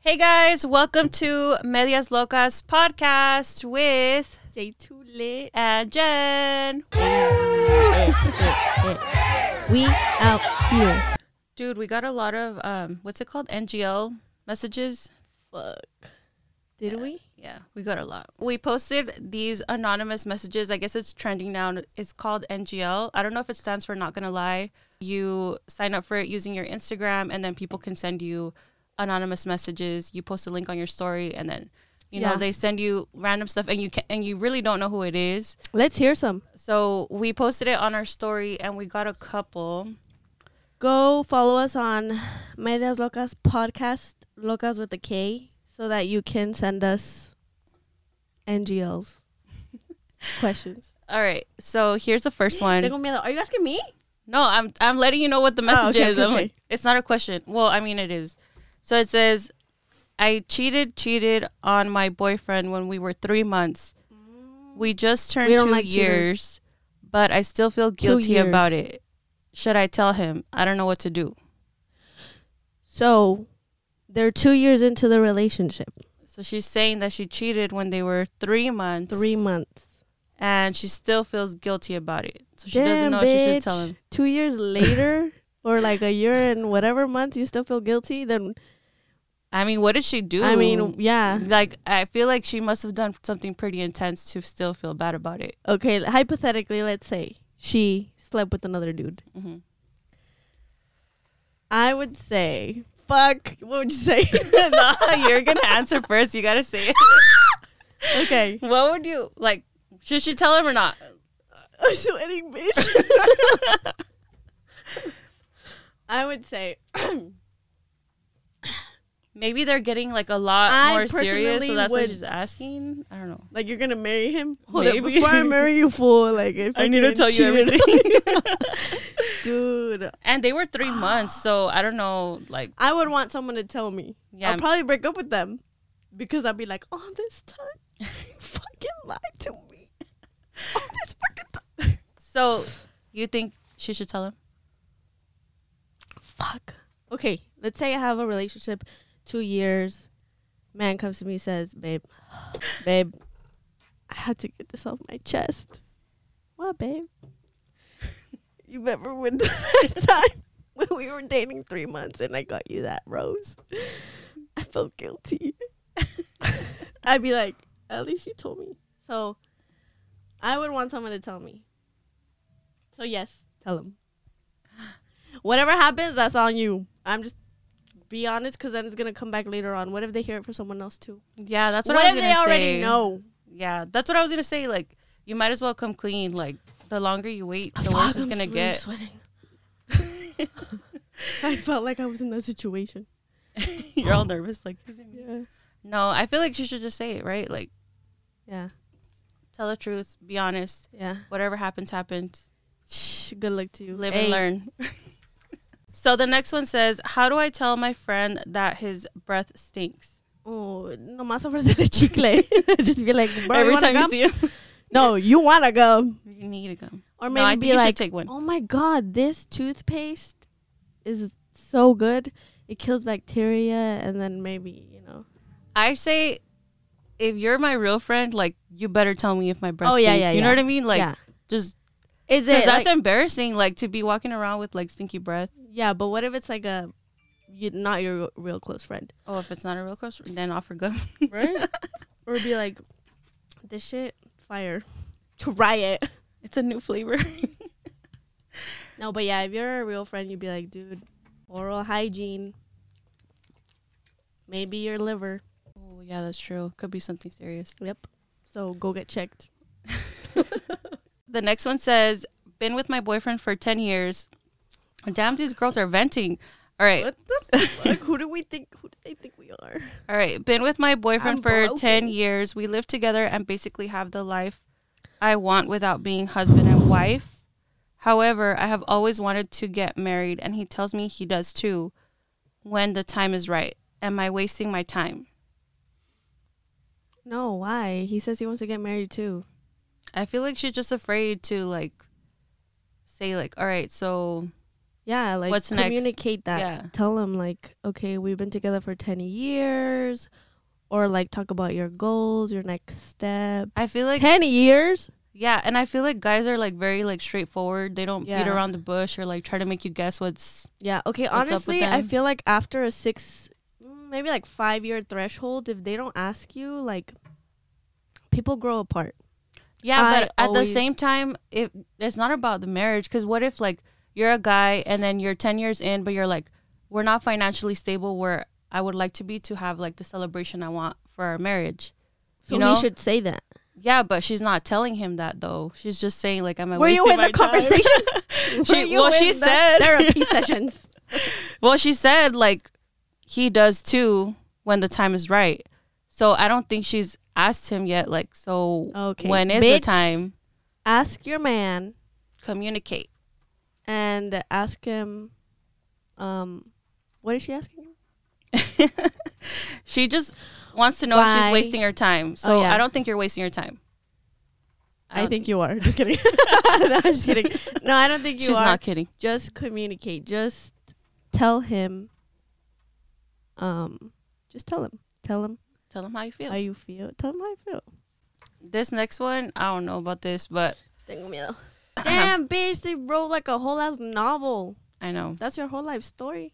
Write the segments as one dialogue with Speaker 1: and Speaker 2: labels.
Speaker 1: Hey guys, welcome to Medias Locas podcast with
Speaker 2: J too lit.
Speaker 1: and Jen.
Speaker 2: We out here.
Speaker 1: Dude, we got a lot of um what's it called? NGL messages.
Speaker 2: Fuck. Did we?
Speaker 1: Yeah, we got a lot. We posted these anonymous messages. I guess it's trending now. It's called NGL. I don't know if it stands for not gonna lie. You sign up for it using your Instagram and then people can send you anonymous messages. You post a link on your story and then you know
Speaker 2: Yeah.
Speaker 1: they send you random stuff and you can and you really don't know who it is.
Speaker 2: Let's hear some.
Speaker 1: So we posted it on our story and we got a couple.
Speaker 2: Go follow us on Medias Locas podcast, Locas with a K, so that you can send us NGLs questions.
Speaker 1: All right. So here's the first one.
Speaker 2: Tengo miedo. Are you asking me?
Speaker 1: No, I'm I'm letting you know what the message
Speaker 2: okay,
Speaker 1: is.
Speaker 2: okay,
Speaker 1: I'm
Speaker 2: okay.
Speaker 1: like, it's not a question. Well, I mean it is. So it says I cheated cheated on my boyfriend when we were 3 months. We just turned
Speaker 2: We don't
Speaker 1: 2
Speaker 2: like cheaters.
Speaker 1: years, but I still feel guilty
Speaker 2: years.
Speaker 1: about it. Should I tell him? I don't know what to do.
Speaker 2: So they're two years into the relationship.
Speaker 1: So she's saying that she cheated when they were 3 months.
Speaker 2: Three months.
Speaker 1: and she still feels guilty about it. So she doesn't
Speaker 2: Damn,
Speaker 1: know
Speaker 2: bitch.
Speaker 1: if she should tell him.
Speaker 2: Two years later, or like a year and whatever months, you still feel guilty. Then
Speaker 1: I mean, what did she do?
Speaker 2: I mean, yeah.
Speaker 1: like I feel like she must have done something pretty intense to still feel bad about it.
Speaker 2: Okay, hypothetically, let's say she slept with another dude.
Speaker 1: Mm-hmm.
Speaker 2: I would say, fuck. What would you say?
Speaker 1: no, you're gonna answer first. You gotta say it.
Speaker 2: okay.
Speaker 1: What would you like? Should she tell him or not?
Speaker 2: I'm sweating, bitch. I would say
Speaker 1: Maybe they're getting like a lot
Speaker 2: I
Speaker 1: more serious, so
Speaker 2: personally
Speaker 1: that's why
Speaker 2: would-
Speaker 1: she's asking. I don't know.
Speaker 2: like you're gonna marry him. Hold up,
Speaker 1: Maybe.
Speaker 2: before I marry you, fool. Like if
Speaker 1: I need to
Speaker 2: fucking
Speaker 1: tell you
Speaker 2: cheated-
Speaker 1: everything.
Speaker 2: dude.
Speaker 1: and they were three months, so I don't know. Like,
Speaker 2: I would want someone to tell me.
Speaker 1: Yeah.
Speaker 2: I'll probably break up with them because I'd be like, oh, this time you fucking lied to me. Oh, this fucking time.
Speaker 1: so you think she should tell him?
Speaker 2: Fuck. Okay, let's say I have a relationship, two years. Man comes to me says, babe, babe, I have to get this off my chest. What, babe? You remember when that time when we were dating three months and I got you that rose? I felt guilty. I'd be like, at least you told me. So I would want someone to tell me. So yes, tell him. Whatever happens, that's on you. I'm just be honest because then it's gonna come back later on. What if they hear it from someone else too?
Speaker 1: Yeah, that's what,
Speaker 2: what
Speaker 1: I
Speaker 2: if
Speaker 1: was
Speaker 2: they
Speaker 1: gonna
Speaker 2: already
Speaker 1: say.
Speaker 2: know?
Speaker 1: Yeah, that's what I was gonna say. Like, you might as well come clean. Like, the longer you wait, the
Speaker 2: Fuck,
Speaker 1: worse it's
Speaker 2: I'm
Speaker 1: gonna
Speaker 2: really
Speaker 1: get.
Speaker 2: sweating. I felt like I was in that situation.
Speaker 1: You're all nervous. Like,
Speaker 2: Yeah.
Speaker 1: no, I feel like you should just say it, right? Like,
Speaker 2: Yeah.
Speaker 1: tell the truth, be honest.
Speaker 2: Yeah.
Speaker 1: Whatever happens, happens.
Speaker 2: Shh, good luck to you.
Speaker 1: Live
Speaker 2: Hey,
Speaker 1: and learn. so the next one says, "How do I tell my friend that his breath stinks?"
Speaker 2: Oh, nomás ofrecerle chicle. just be like, bro,
Speaker 1: Every
Speaker 2: you
Speaker 1: time
Speaker 2: wanna
Speaker 1: you
Speaker 2: come?
Speaker 1: see him,
Speaker 2: No, you wanna go.
Speaker 1: you need to go.
Speaker 2: Or
Speaker 1: No,
Speaker 2: maybe
Speaker 1: I think
Speaker 2: be
Speaker 1: you
Speaker 2: like,
Speaker 1: should take one.
Speaker 2: oh my god, this toothpaste is so good. It kills bacteria, and then maybe you know.
Speaker 1: I say, if you're my real friend, like you better tell me if my breath.
Speaker 2: Oh,
Speaker 1: stinks.
Speaker 2: yeah, yeah,
Speaker 1: You know
Speaker 2: yeah.
Speaker 1: what I mean? Like,
Speaker 2: yeah,
Speaker 1: just
Speaker 2: is
Speaker 1: Because
Speaker 2: it?
Speaker 1: that's
Speaker 2: like-
Speaker 1: embarrassing, like to be walking around with like stinky breath.
Speaker 2: yeah, but what if it's like a, you not your real close friend,
Speaker 1: Oh, if it's not a real close, then offer gum.
Speaker 2: right? or be like, this shit fire, try it.
Speaker 1: it's a new flavor.
Speaker 2: No, but yeah, if you're a real friend, you'd be like, dude, oral hygiene. Maybe your liver.
Speaker 1: oh, yeah, that's true. Could be something serious.
Speaker 2: Yep. So go get checked.
Speaker 1: The next one says, "Been with my boyfriend for ten years. Damn, these girls are venting." All right,
Speaker 2: What the fuck? Who do we think? Who do they think we are?
Speaker 1: all right. Been with my boyfriend
Speaker 2: I'm
Speaker 1: for ten
Speaker 2: broken.
Speaker 1: years. We live together and basically have the life I want without being husband and wife. However, I have always wanted to get married, and he tells me he does too. When the time is right, am I wasting my time?
Speaker 2: No, why? He says he wants to get married too.
Speaker 1: I feel like she's just afraid to like say like, all right, so
Speaker 2: Yeah, like
Speaker 1: What's next?
Speaker 2: communicate that.
Speaker 1: Yeah.
Speaker 2: Tell them like, okay, we've been together for 10 years or like talk about your goals, your next step.
Speaker 1: I feel like
Speaker 2: 10 years?
Speaker 1: yeah, and I feel like guys are like very like straightforward. They don't
Speaker 2: Yeah.
Speaker 1: beat around the bush or like try to make you guess what's
Speaker 2: Yeah. Okay,
Speaker 1: up with
Speaker 2: honestly, I
Speaker 1: them?
Speaker 2: feel like after a 6 mm, maybe like 5 year threshold if they don't ask you like people grow apart.
Speaker 1: Yeah,
Speaker 2: I
Speaker 1: but at the
Speaker 2: always-
Speaker 1: same time, if it's not about the marriage, because what if like you're a guy and then you're ten years in, but you're like, we're not financially stable where I would like to be to have like the celebration I want for our marriage.
Speaker 2: So
Speaker 1: You know?
Speaker 2: he should say that.
Speaker 1: Yeah, but she's not telling him that though. She's just saying like, "Am I?"
Speaker 2: Were you
Speaker 1: wasting
Speaker 2: in the
Speaker 1: my time?
Speaker 2: conversation?
Speaker 1: She-
Speaker 2: Were you
Speaker 1: well, she
Speaker 2: in the
Speaker 1: said-
Speaker 2: therapy sessions.
Speaker 1: well, she said like he does too when the time is right. So I don't think she's asked him yet. Like, so
Speaker 2: Okay,
Speaker 1: when is the
Speaker 2: bitch.
Speaker 1: time?
Speaker 2: Ask your man
Speaker 1: Communicate.
Speaker 2: and ask him um what is she asking him?
Speaker 1: she just wants to know if
Speaker 2: Why? Oh,
Speaker 1: she's wasting her time. So
Speaker 2: yeah.
Speaker 1: I don't think you're wasting your time.
Speaker 2: I,
Speaker 1: don't
Speaker 2: think you are. Just kidding. Oh, no, I'm just kidding. No, I don't think you
Speaker 1: she's
Speaker 2: are.
Speaker 1: not kidding.
Speaker 2: Just communicate. Just tell him. Um, just tell him. Tell him
Speaker 1: Tell them how you feel.
Speaker 2: how you feel. Tell him how you feel.
Speaker 1: this next one, I don't know about this, but
Speaker 2: Tengo miedo. Damn, bitch! They wrote like a whole ass novel.
Speaker 1: I know.
Speaker 2: That's your whole life story.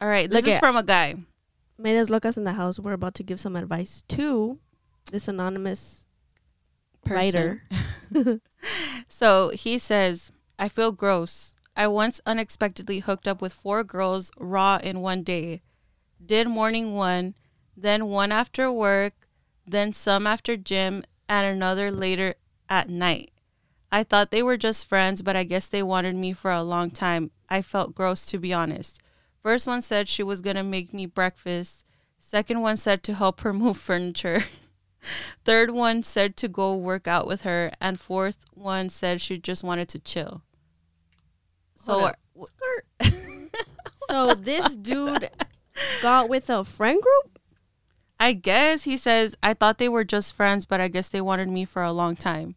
Speaker 1: All right, this
Speaker 2: Look
Speaker 1: is
Speaker 2: at-
Speaker 1: from a guy.
Speaker 2: Medias locas in the house. We're about to give some advice to this anonymous
Speaker 1: Person.
Speaker 2: writer.
Speaker 1: So he says, I feel gross. I once unexpectedly hooked up with four girls raw in one day. Did morning one, then one after work, then some after gym, and another later at night. I thought they were just friends, but I guess they wanted me for a long time. I felt gross, to be honest. First one said she was going to make me breakfast. Second one said to help her move furniture. Third one said to go work out with her, and fourth one said she just wanted to chill. So,
Speaker 2: Hold So this dude got with a friend group.
Speaker 1: I guess he says, I thought they were just friends, but I guess they wanted me for a long time.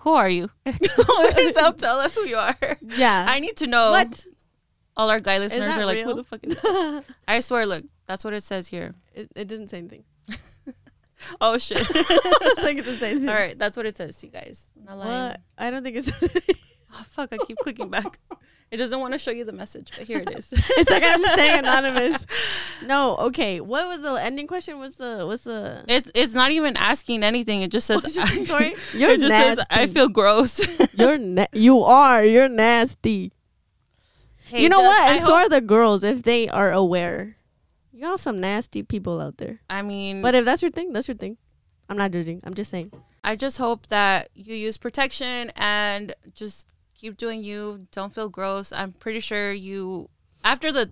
Speaker 1: Who are you? Don't tell us who you are.
Speaker 2: Yeah.
Speaker 1: I need to know.
Speaker 2: what?
Speaker 1: All our guy listeners
Speaker 2: that
Speaker 1: are like,
Speaker 2: real?
Speaker 1: who the fuck is that? I swear, look, that's what it says here.
Speaker 2: it, it didn't say anything.
Speaker 1: Oh, shit.
Speaker 2: it's like it didn't say anything.
Speaker 1: All right, that's what it says, you guys. Not lying.
Speaker 2: What? I don't think it says anything.
Speaker 1: Oh, fuck, I keep clicking back. It doesn't want to show you the message, but here it is.
Speaker 2: It's like I'm staying anonymous. No. Okay. What was the ending question? What's the what's the
Speaker 1: It's it's not even asking anything. It just says
Speaker 2: What's your story?
Speaker 1: it just says I feel gross.
Speaker 2: You're na- you are. You're nasty. you know what?
Speaker 1: I,
Speaker 2: And so are the girls if they are aware. Y'all some nasty people out there.
Speaker 1: I mean,
Speaker 2: But
Speaker 1: but
Speaker 2: if that's your thing, that's your thing. I'm not judging. I'm just saying.
Speaker 1: I just hope that you use protection and just keep doing you. Don't feel gross. I'm pretty sure you after the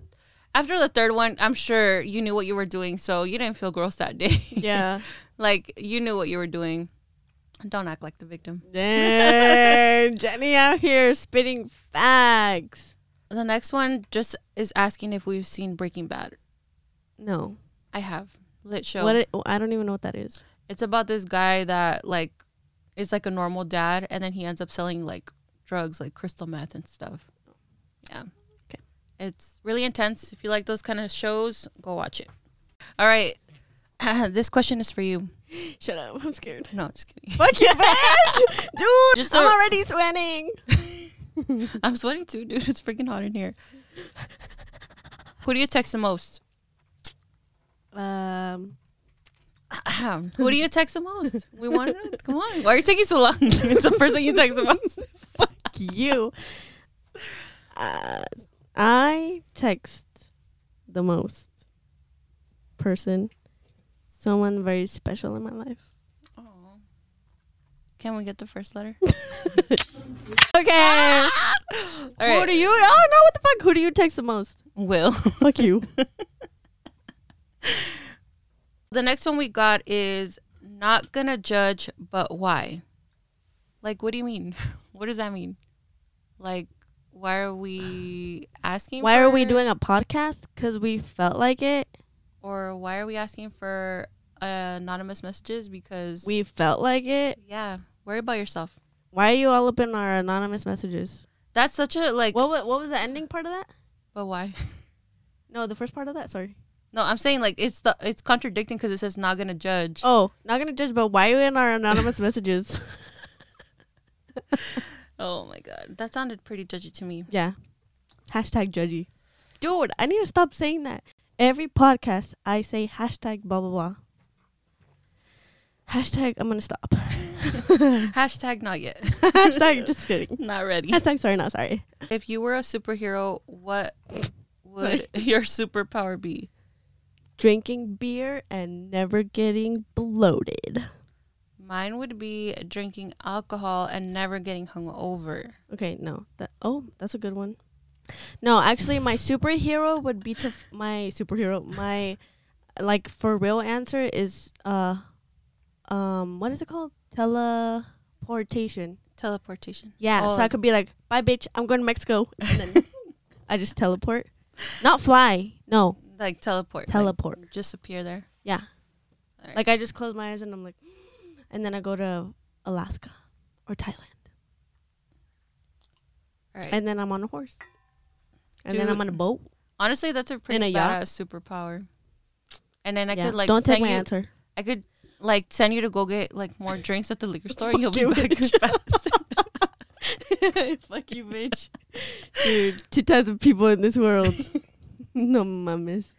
Speaker 1: after the third one, I'm sure you knew what you were doing, so you didn't feel gross that day.
Speaker 2: Yeah.
Speaker 1: like you knew what you were doing. Don't act like the victim.
Speaker 2: Dang, Jenny out here spitting facts.
Speaker 1: The next one just is asking if we've seen Breaking Bad.
Speaker 2: No,
Speaker 1: I have lit show.
Speaker 2: what? It, oh, I don't even know what that is.
Speaker 1: it's about this guy that like is like a normal dad and then he ends up selling like drugs like crystal meth and stuff yeah
Speaker 2: Okay.
Speaker 1: it's really intense if you like those kind of shows go watch it all right this question is for you
Speaker 2: Shut up! I'm scared.
Speaker 1: no just kidding
Speaker 2: Fuck you, bitch, dude.
Speaker 1: Just
Speaker 2: I'm
Speaker 1: a-
Speaker 2: already sweating.
Speaker 1: i'm sweating too dude it's freaking hot in here who do you text the most
Speaker 2: Um,
Speaker 1: who do you text the most we want to know. come on why are you taking so long it's the person you text the most
Speaker 2: you. Uh, I text the most person, someone very special in my life.
Speaker 1: Aw. can we get the first letter
Speaker 2: Okay.
Speaker 1: all
Speaker 2: Who do you? Oh no! What the fuck? Who do you text the most?
Speaker 1: will
Speaker 2: Fuck you.
Speaker 1: The next one we got is not gonna judge, but why? Like, what do you mean? What does that mean? Like, why are we asking?
Speaker 2: Why are we
Speaker 1: for-
Speaker 2: doing a podcast? Because we felt like it.
Speaker 1: Or why are we asking for uh, anonymous messages? Because
Speaker 2: We felt like it.
Speaker 1: yeah, worry about yourself.
Speaker 2: Why are you all up in our anonymous messages?
Speaker 1: That's such a like.
Speaker 2: What, what what was the ending part of that?
Speaker 1: but why?
Speaker 2: No, the first part of that. Sorry.
Speaker 1: No, I'm saying like it's the it's contradicting because it says not gonna judge.
Speaker 2: Oh, not gonna judge, but why are you in our anonymous messages?
Speaker 1: Oh my god, that sounded pretty judgy to me.
Speaker 2: Yeah. Hashtag judgy. Dude, I need to stop saying that. Every podcast, I say hashtag blah blah blah. Hashtag I'm gonna stop.
Speaker 1: Hashtag not yet,
Speaker 2: hashtag just kidding.
Speaker 1: not ready.
Speaker 2: Hashtag sorry not sorry.
Speaker 1: If you were a superhero, what would your superpower be?
Speaker 2: Drinking beer and never getting bloated.
Speaker 1: Mine would be drinking alcohol and never getting hungover.
Speaker 2: Okay, no. That oh, that's a good one. No, actually, my superhero would be to f- my superhero. My like for real answer is uh, um, what is it called? Teleportation.
Speaker 1: Teleportation.
Speaker 2: Yeah, so
Speaker 1: Oh.
Speaker 2: I could be like, bye, bitch. I'm going to Mexico. And then I just teleport. Not fly. No,
Speaker 1: Like teleport. like,
Speaker 2: teleport.
Speaker 1: just appear there.
Speaker 2: yeah.
Speaker 1: Alright.
Speaker 2: Like I just close my eyes and I'm like, and then I go to Alaska or Thailand.
Speaker 1: All right.
Speaker 2: And then I'm on a horse. And then
Speaker 1: Dude.
Speaker 2: I'm on a boat.
Speaker 1: Honestly, that's a pretty
Speaker 2: a yacht?
Speaker 1: badass superpower. And then I
Speaker 2: Yeah.
Speaker 1: could like
Speaker 2: Don't
Speaker 1: send
Speaker 2: take my
Speaker 1: you,
Speaker 2: answer.
Speaker 1: I could like send you to go get like more drinks at the liquor store.
Speaker 2: Fuck
Speaker 1: You'll be
Speaker 2: you,
Speaker 1: back
Speaker 2: bitch.
Speaker 1: fast.
Speaker 2: Fuck you, bitch. Dude, two types of people in this world. no mames.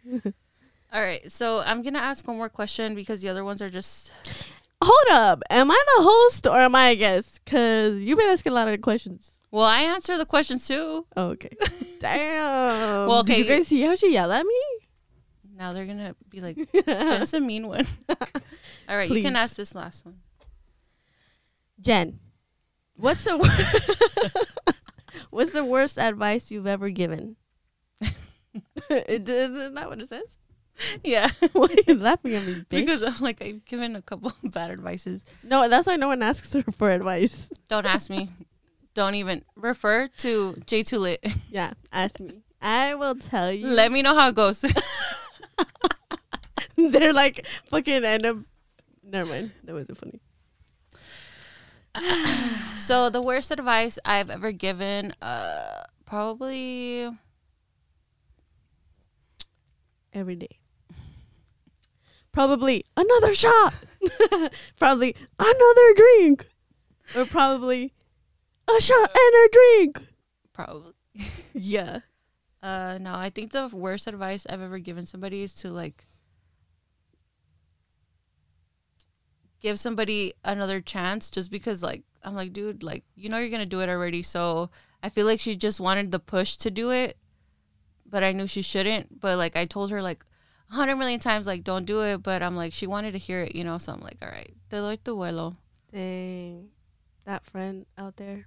Speaker 1: All right, so I'm gonna ask one more question because the other ones are just
Speaker 2: Hold up. Am I the host or am I a guest? Because you've been asking a lot of questions.
Speaker 1: well, I answer the questions too.
Speaker 2: Oh, okay. Damn.
Speaker 1: Well,
Speaker 2: Did you
Speaker 1: okay.
Speaker 2: guys see how she yelled at me?
Speaker 1: Now they're gonna be like, "That's a mean one." All right, you
Speaker 2: Please.
Speaker 1: can ask this last one.
Speaker 2: Jen, what's the wor- what's the worst advice you've ever given? It- Isn't that what it says?
Speaker 1: Yeah,
Speaker 2: Why are you laughing at me, bitch?
Speaker 1: because I'm like I've given a couple of bad advices.
Speaker 2: no, that's why no one asks her for advice.
Speaker 1: Don't ask me. Don't even refer to J2 Lit.
Speaker 2: Yeah, ask me. I will tell you.
Speaker 1: Let me know how it goes.
Speaker 2: They're like fucking end up. Never mind. That wasn't funny.
Speaker 1: so the worst advice I've ever given, uh, probably
Speaker 2: every day. Probably another shot. probably another drink. Or probably a shot and a drink.
Speaker 1: probably.
Speaker 2: Yeah.
Speaker 1: Uh, no, I think the worst advice I've ever given somebody is to like give somebody another chance just because like I'm like, dude, like you know you're gonna do it already. So I feel like she just wanted the push to do it, but I knew she shouldn't. But like I told her like a hundred million times like don't do it, but I'm like she wanted to hear it, you know, so I'm like, All right, te doy tu vuelo.
Speaker 2: Dang. That friend out there.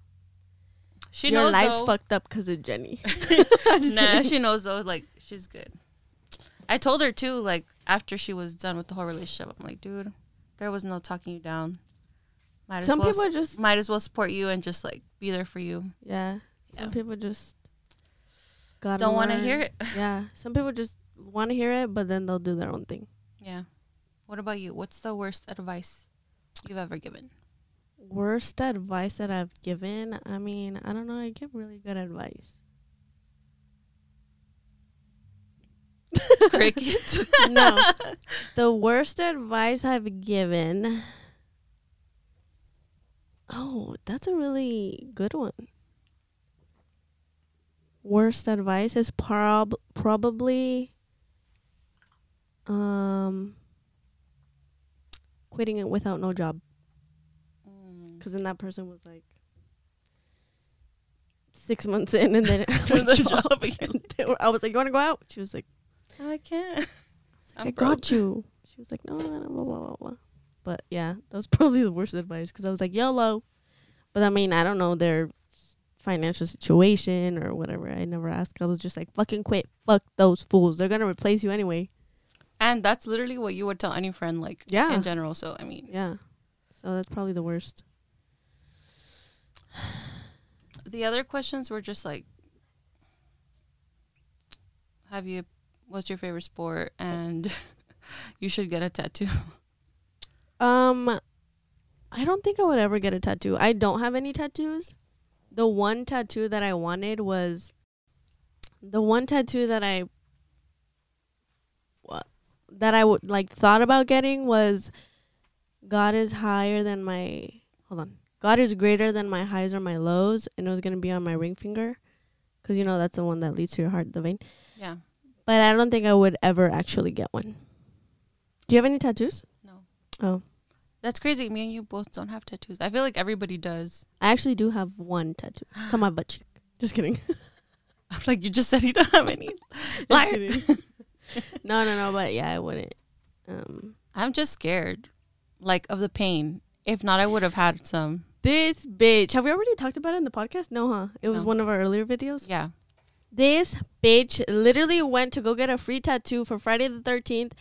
Speaker 1: She
Speaker 2: Your
Speaker 1: knows
Speaker 2: life's
Speaker 1: though.
Speaker 2: fucked up because of Jenny. I'm just
Speaker 1: nah,
Speaker 2: kidding.
Speaker 1: she knows though. Like she's good. I told her too. Like after she was done with the whole relationship, I'm like, dude, there was no talking you down. Might as
Speaker 2: Some
Speaker 1: well
Speaker 2: people
Speaker 1: s-
Speaker 2: are just
Speaker 1: might as well support you and just like be there for you.
Speaker 2: yeah. Some
Speaker 1: Yeah.
Speaker 2: people just gotta
Speaker 1: Don't want to
Speaker 2: learn.
Speaker 1: hear it.
Speaker 2: Yeah. Some people just want to hear it, but then they'll do their own thing.
Speaker 1: Yeah. What about you? What's the worst advice you've ever given?
Speaker 2: Worst advice that I've given. I mean, I don't know. I give really good advice.
Speaker 1: Crickets.
Speaker 2: no. The worst advice I've given. Oh, that's a really good one. Worst advice is prob probably um quitting it without no job
Speaker 1: Mm.
Speaker 2: cuz then that person was like 6 months in and then I was
Speaker 1: No
Speaker 2: job.
Speaker 1: job.
Speaker 2: and they were- I was like, "You want to go out?" She was like,
Speaker 1: I can't.
Speaker 2: I
Speaker 1: I'm
Speaker 2: got you. She was like, no, no, no, blah, blah, blah, blah. But yeah, that was probably the worst advice because I was like, YOLO. But I mean, I don't know their financial situation or whatever. I never asked. I was just like, fucking quit. Fuck those fools. They're going to replace you anyway.
Speaker 1: And that's literally what you would tell any friend, like
Speaker 2: Yeah.
Speaker 1: in general. So I mean,
Speaker 2: Yeah. So that's probably the worst.
Speaker 1: the other questions were just like have you what's your favorite sport and you should get a tattoo
Speaker 2: Um, I don't think I would ever get a tattoo. I don't have any tattoos. the one tattoo that I wanted was the one tattoo that I what that I would like thought about getting was God is higher than my hold on. God is greater than my highs or my lows and it was going to be on my ring finger cuz you know that's the one that leads to your heart the vein.
Speaker 1: Yeah.
Speaker 2: But I don't think I would ever actually get one. Do you have any tattoos?
Speaker 1: No.
Speaker 2: Oh.
Speaker 1: That's crazy. Me and you both don't have tattoos. I feel like everybody does.
Speaker 2: I actually do have one tattoo. It's on my butt cheek. Just kidding.
Speaker 1: I'm like, you just said you don't have any.
Speaker 2: Just
Speaker 1: Liar.
Speaker 2: kidding. no, no, no, but yeah, I wouldn't. Um
Speaker 1: I'm just scared, like, of the pain. If not, I would have had some.
Speaker 2: This bitch. Have we already talked about it in the podcast? No, huh? It was
Speaker 1: No.
Speaker 2: one of our earlier videos.
Speaker 1: Yeah.
Speaker 2: This bitch literally went to go get a free tattoo for Friday the 13th.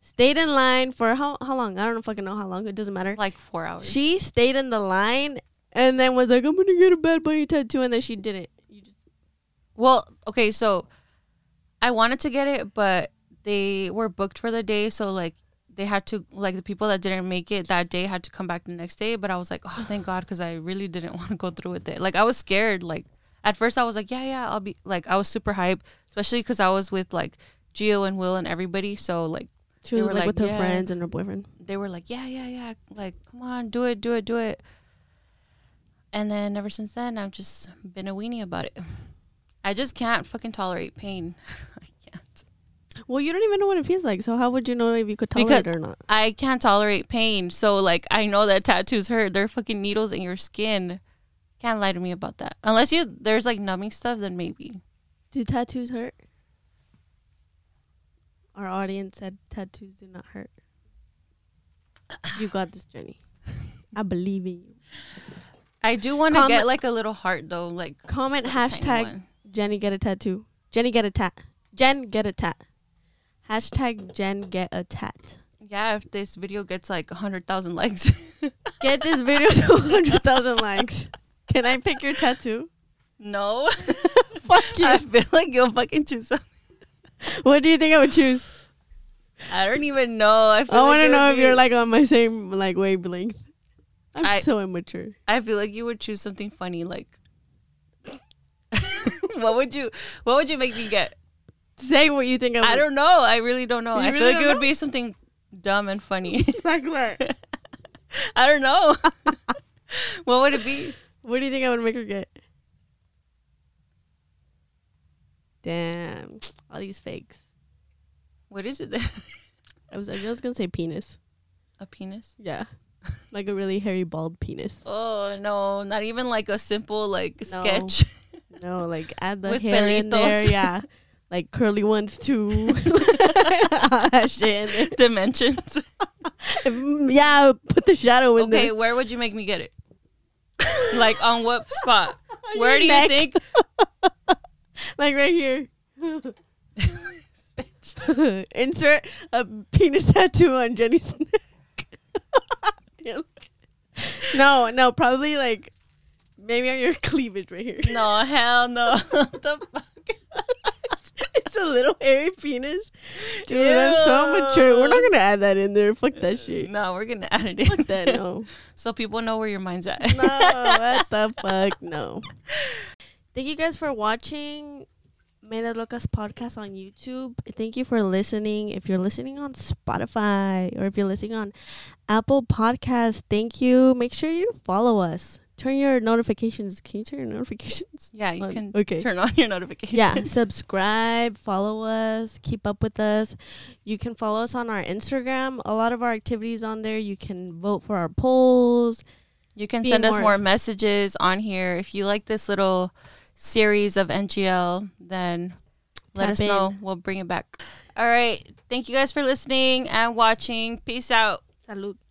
Speaker 2: Stayed in line for how how long? I don't fucking know how long. It doesn't matter.
Speaker 1: Like four hours.
Speaker 2: She stayed in the line and then was like, "I'm gonna get a Bad Bunny tattoo," and then she didn't. You just
Speaker 1: Well, okay, so I wanted to get it, but they were booked for the day, so like they had to like the people that didn't make it that day had to come back the next day. But I was like, oh, thank God, because I really didn't want to go through with it. Like I was scared. Like at first, I was like, yeah, yeah, I'll be like I was super hype, especially because I was with like Gio and Will and everybody. So like
Speaker 2: she
Speaker 1: They
Speaker 2: was
Speaker 1: were
Speaker 2: like,
Speaker 1: like,
Speaker 2: with her
Speaker 1: "Yeah."
Speaker 2: friends and her boyfriend.
Speaker 1: they were like, yeah, yeah, yeah, like come on, do it, do it, do it. And then ever since then, I've just been a weenie about it. I just can't fucking tolerate pain. I can't.
Speaker 2: Well, you don't even know what it feels like, so how would you know if you could tolerate
Speaker 1: Because-
Speaker 2: it or not?
Speaker 1: I can't tolerate pain. So like I know that tattoos hurt. They're fucking needles in your skin. Can't lie to me about that. Unless you there's like numbing stuff, then maybe.
Speaker 2: Do tattoos hurt? Our audience said tattoos do not hurt. You got this, Jenny. I believe in you.
Speaker 1: I do want to
Speaker 2: Comment-
Speaker 1: get like a little heart though, like
Speaker 2: Comment
Speaker 1: just a tiny
Speaker 2: hashtag-
Speaker 1: one.
Speaker 2: Jenny get a tattoo. Jenny get a tat. Jen get a tat. Hashtag Jen get a tat.
Speaker 1: Yeah, if this video gets like hundred thousand likes,
Speaker 2: Get this video to 100,000 likes. Can I pick your tattoo?
Speaker 1: no.
Speaker 2: Fuck you.
Speaker 1: I feel like you'll fucking choose something.
Speaker 2: What do you think I would choose?
Speaker 1: I don't even know. I, feel
Speaker 2: I
Speaker 1: like
Speaker 2: want
Speaker 1: it
Speaker 2: to
Speaker 1: would
Speaker 2: know if
Speaker 1: be-
Speaker 2: you're like on my same like wavelength. I'm
Speaker 1: I-
Speaker 2: so immature.
Speaker 1: I feel like you would choose something funny. Like, what would you? What would you make me get?
Speaker 2: Say what you think I would.
Speaker 1: I don't know. I really don't know.
Speaker 2: You
Speaker 1: I
Speaker 2: really
Speaker 1: feel like
Speaker 2: don't
Speaker 1: it would
Speaker 2: know?
Speaker 1: be something dumb and funny.
Speaker 2: like what?
Speaker 1: I don't know. what would it be?
Speaker 2: What do you think I would make her get? Damn, all these fakes.
Speaker 1: What is it then?
Speaker 2: I was, I was gonna say penis.
Speaker 1: A penis?
Speaker 2: Yeah, like a really hairy bald penis.
Speaker 1: Oh no, not even like a simple like
Speaker 2: No.
Speaker 1: sketch.
Speaker 2: No, like add the
Speaker 1: With
Speaker 2: hair in there.
Speaker 1: pelitos.
Speaker 2: Yeah, like curly ones too. All that shit in
Speaker 1: Dimensions.
Speaker 2: there. Mm, Yeah, put the shadow in
Speaker 1: Okay,
Speaker 2: there.
Speaker 1: where would you make me get it? like on what spot?
Speaker 2: On
Speaker 1: Where
Speaker 2: your
Speaker 1: do
Speaker 2: neck.
Speaker 1: you think?
Speaker 2: Like right here. Insert a penis tattoo on Jenny's neck. no, no, probably like maybe on your cleavage right here.
Speaker 1: No, hell no. What the fuck?
Speaker 2: it's a little hairy penis. Dude, I'm so mature. We're not gonna add that in there. Fuck that shit.
Speaker 1: No, we're gonna add it in.
Speaker 2: Fuck that no.
Speaker 1: So people know where your mind's at.
Speaker 2: No, what the fuck? No. Thank you guys for watching Made Locas podcast on YouTube. Thank you for listening. If you're listening on Spotify or if you're listening on Apple Podcasts, thank you. Make sure you follow us. Turn your notifications. Can you turn your notifications?
Speaker 1: Yeah, you
Speaker 2: on?
Speaker 1: can
Speaker 2: Okay.
Speaker 1: turn on your notifications.
Speaker 2: Yeah, subscribe, follow us, keep up with us. You can follow us on our Instagram. A lot of our activities on there. You can vote for our polls.
Speaker 1: You can
Speaker 2: be
Speaker 1: send us
Speaker 2: more-
Speaker 1: more messages on here. If you like this little series of NGL, then let
Speaker 2: Tap
Speaker 1: us know.
Speaker 2: in.
Speaker 1: We'll bring it back. All right. Thank you guys for listening and watching. Peace out.
Speaker 2: Salud.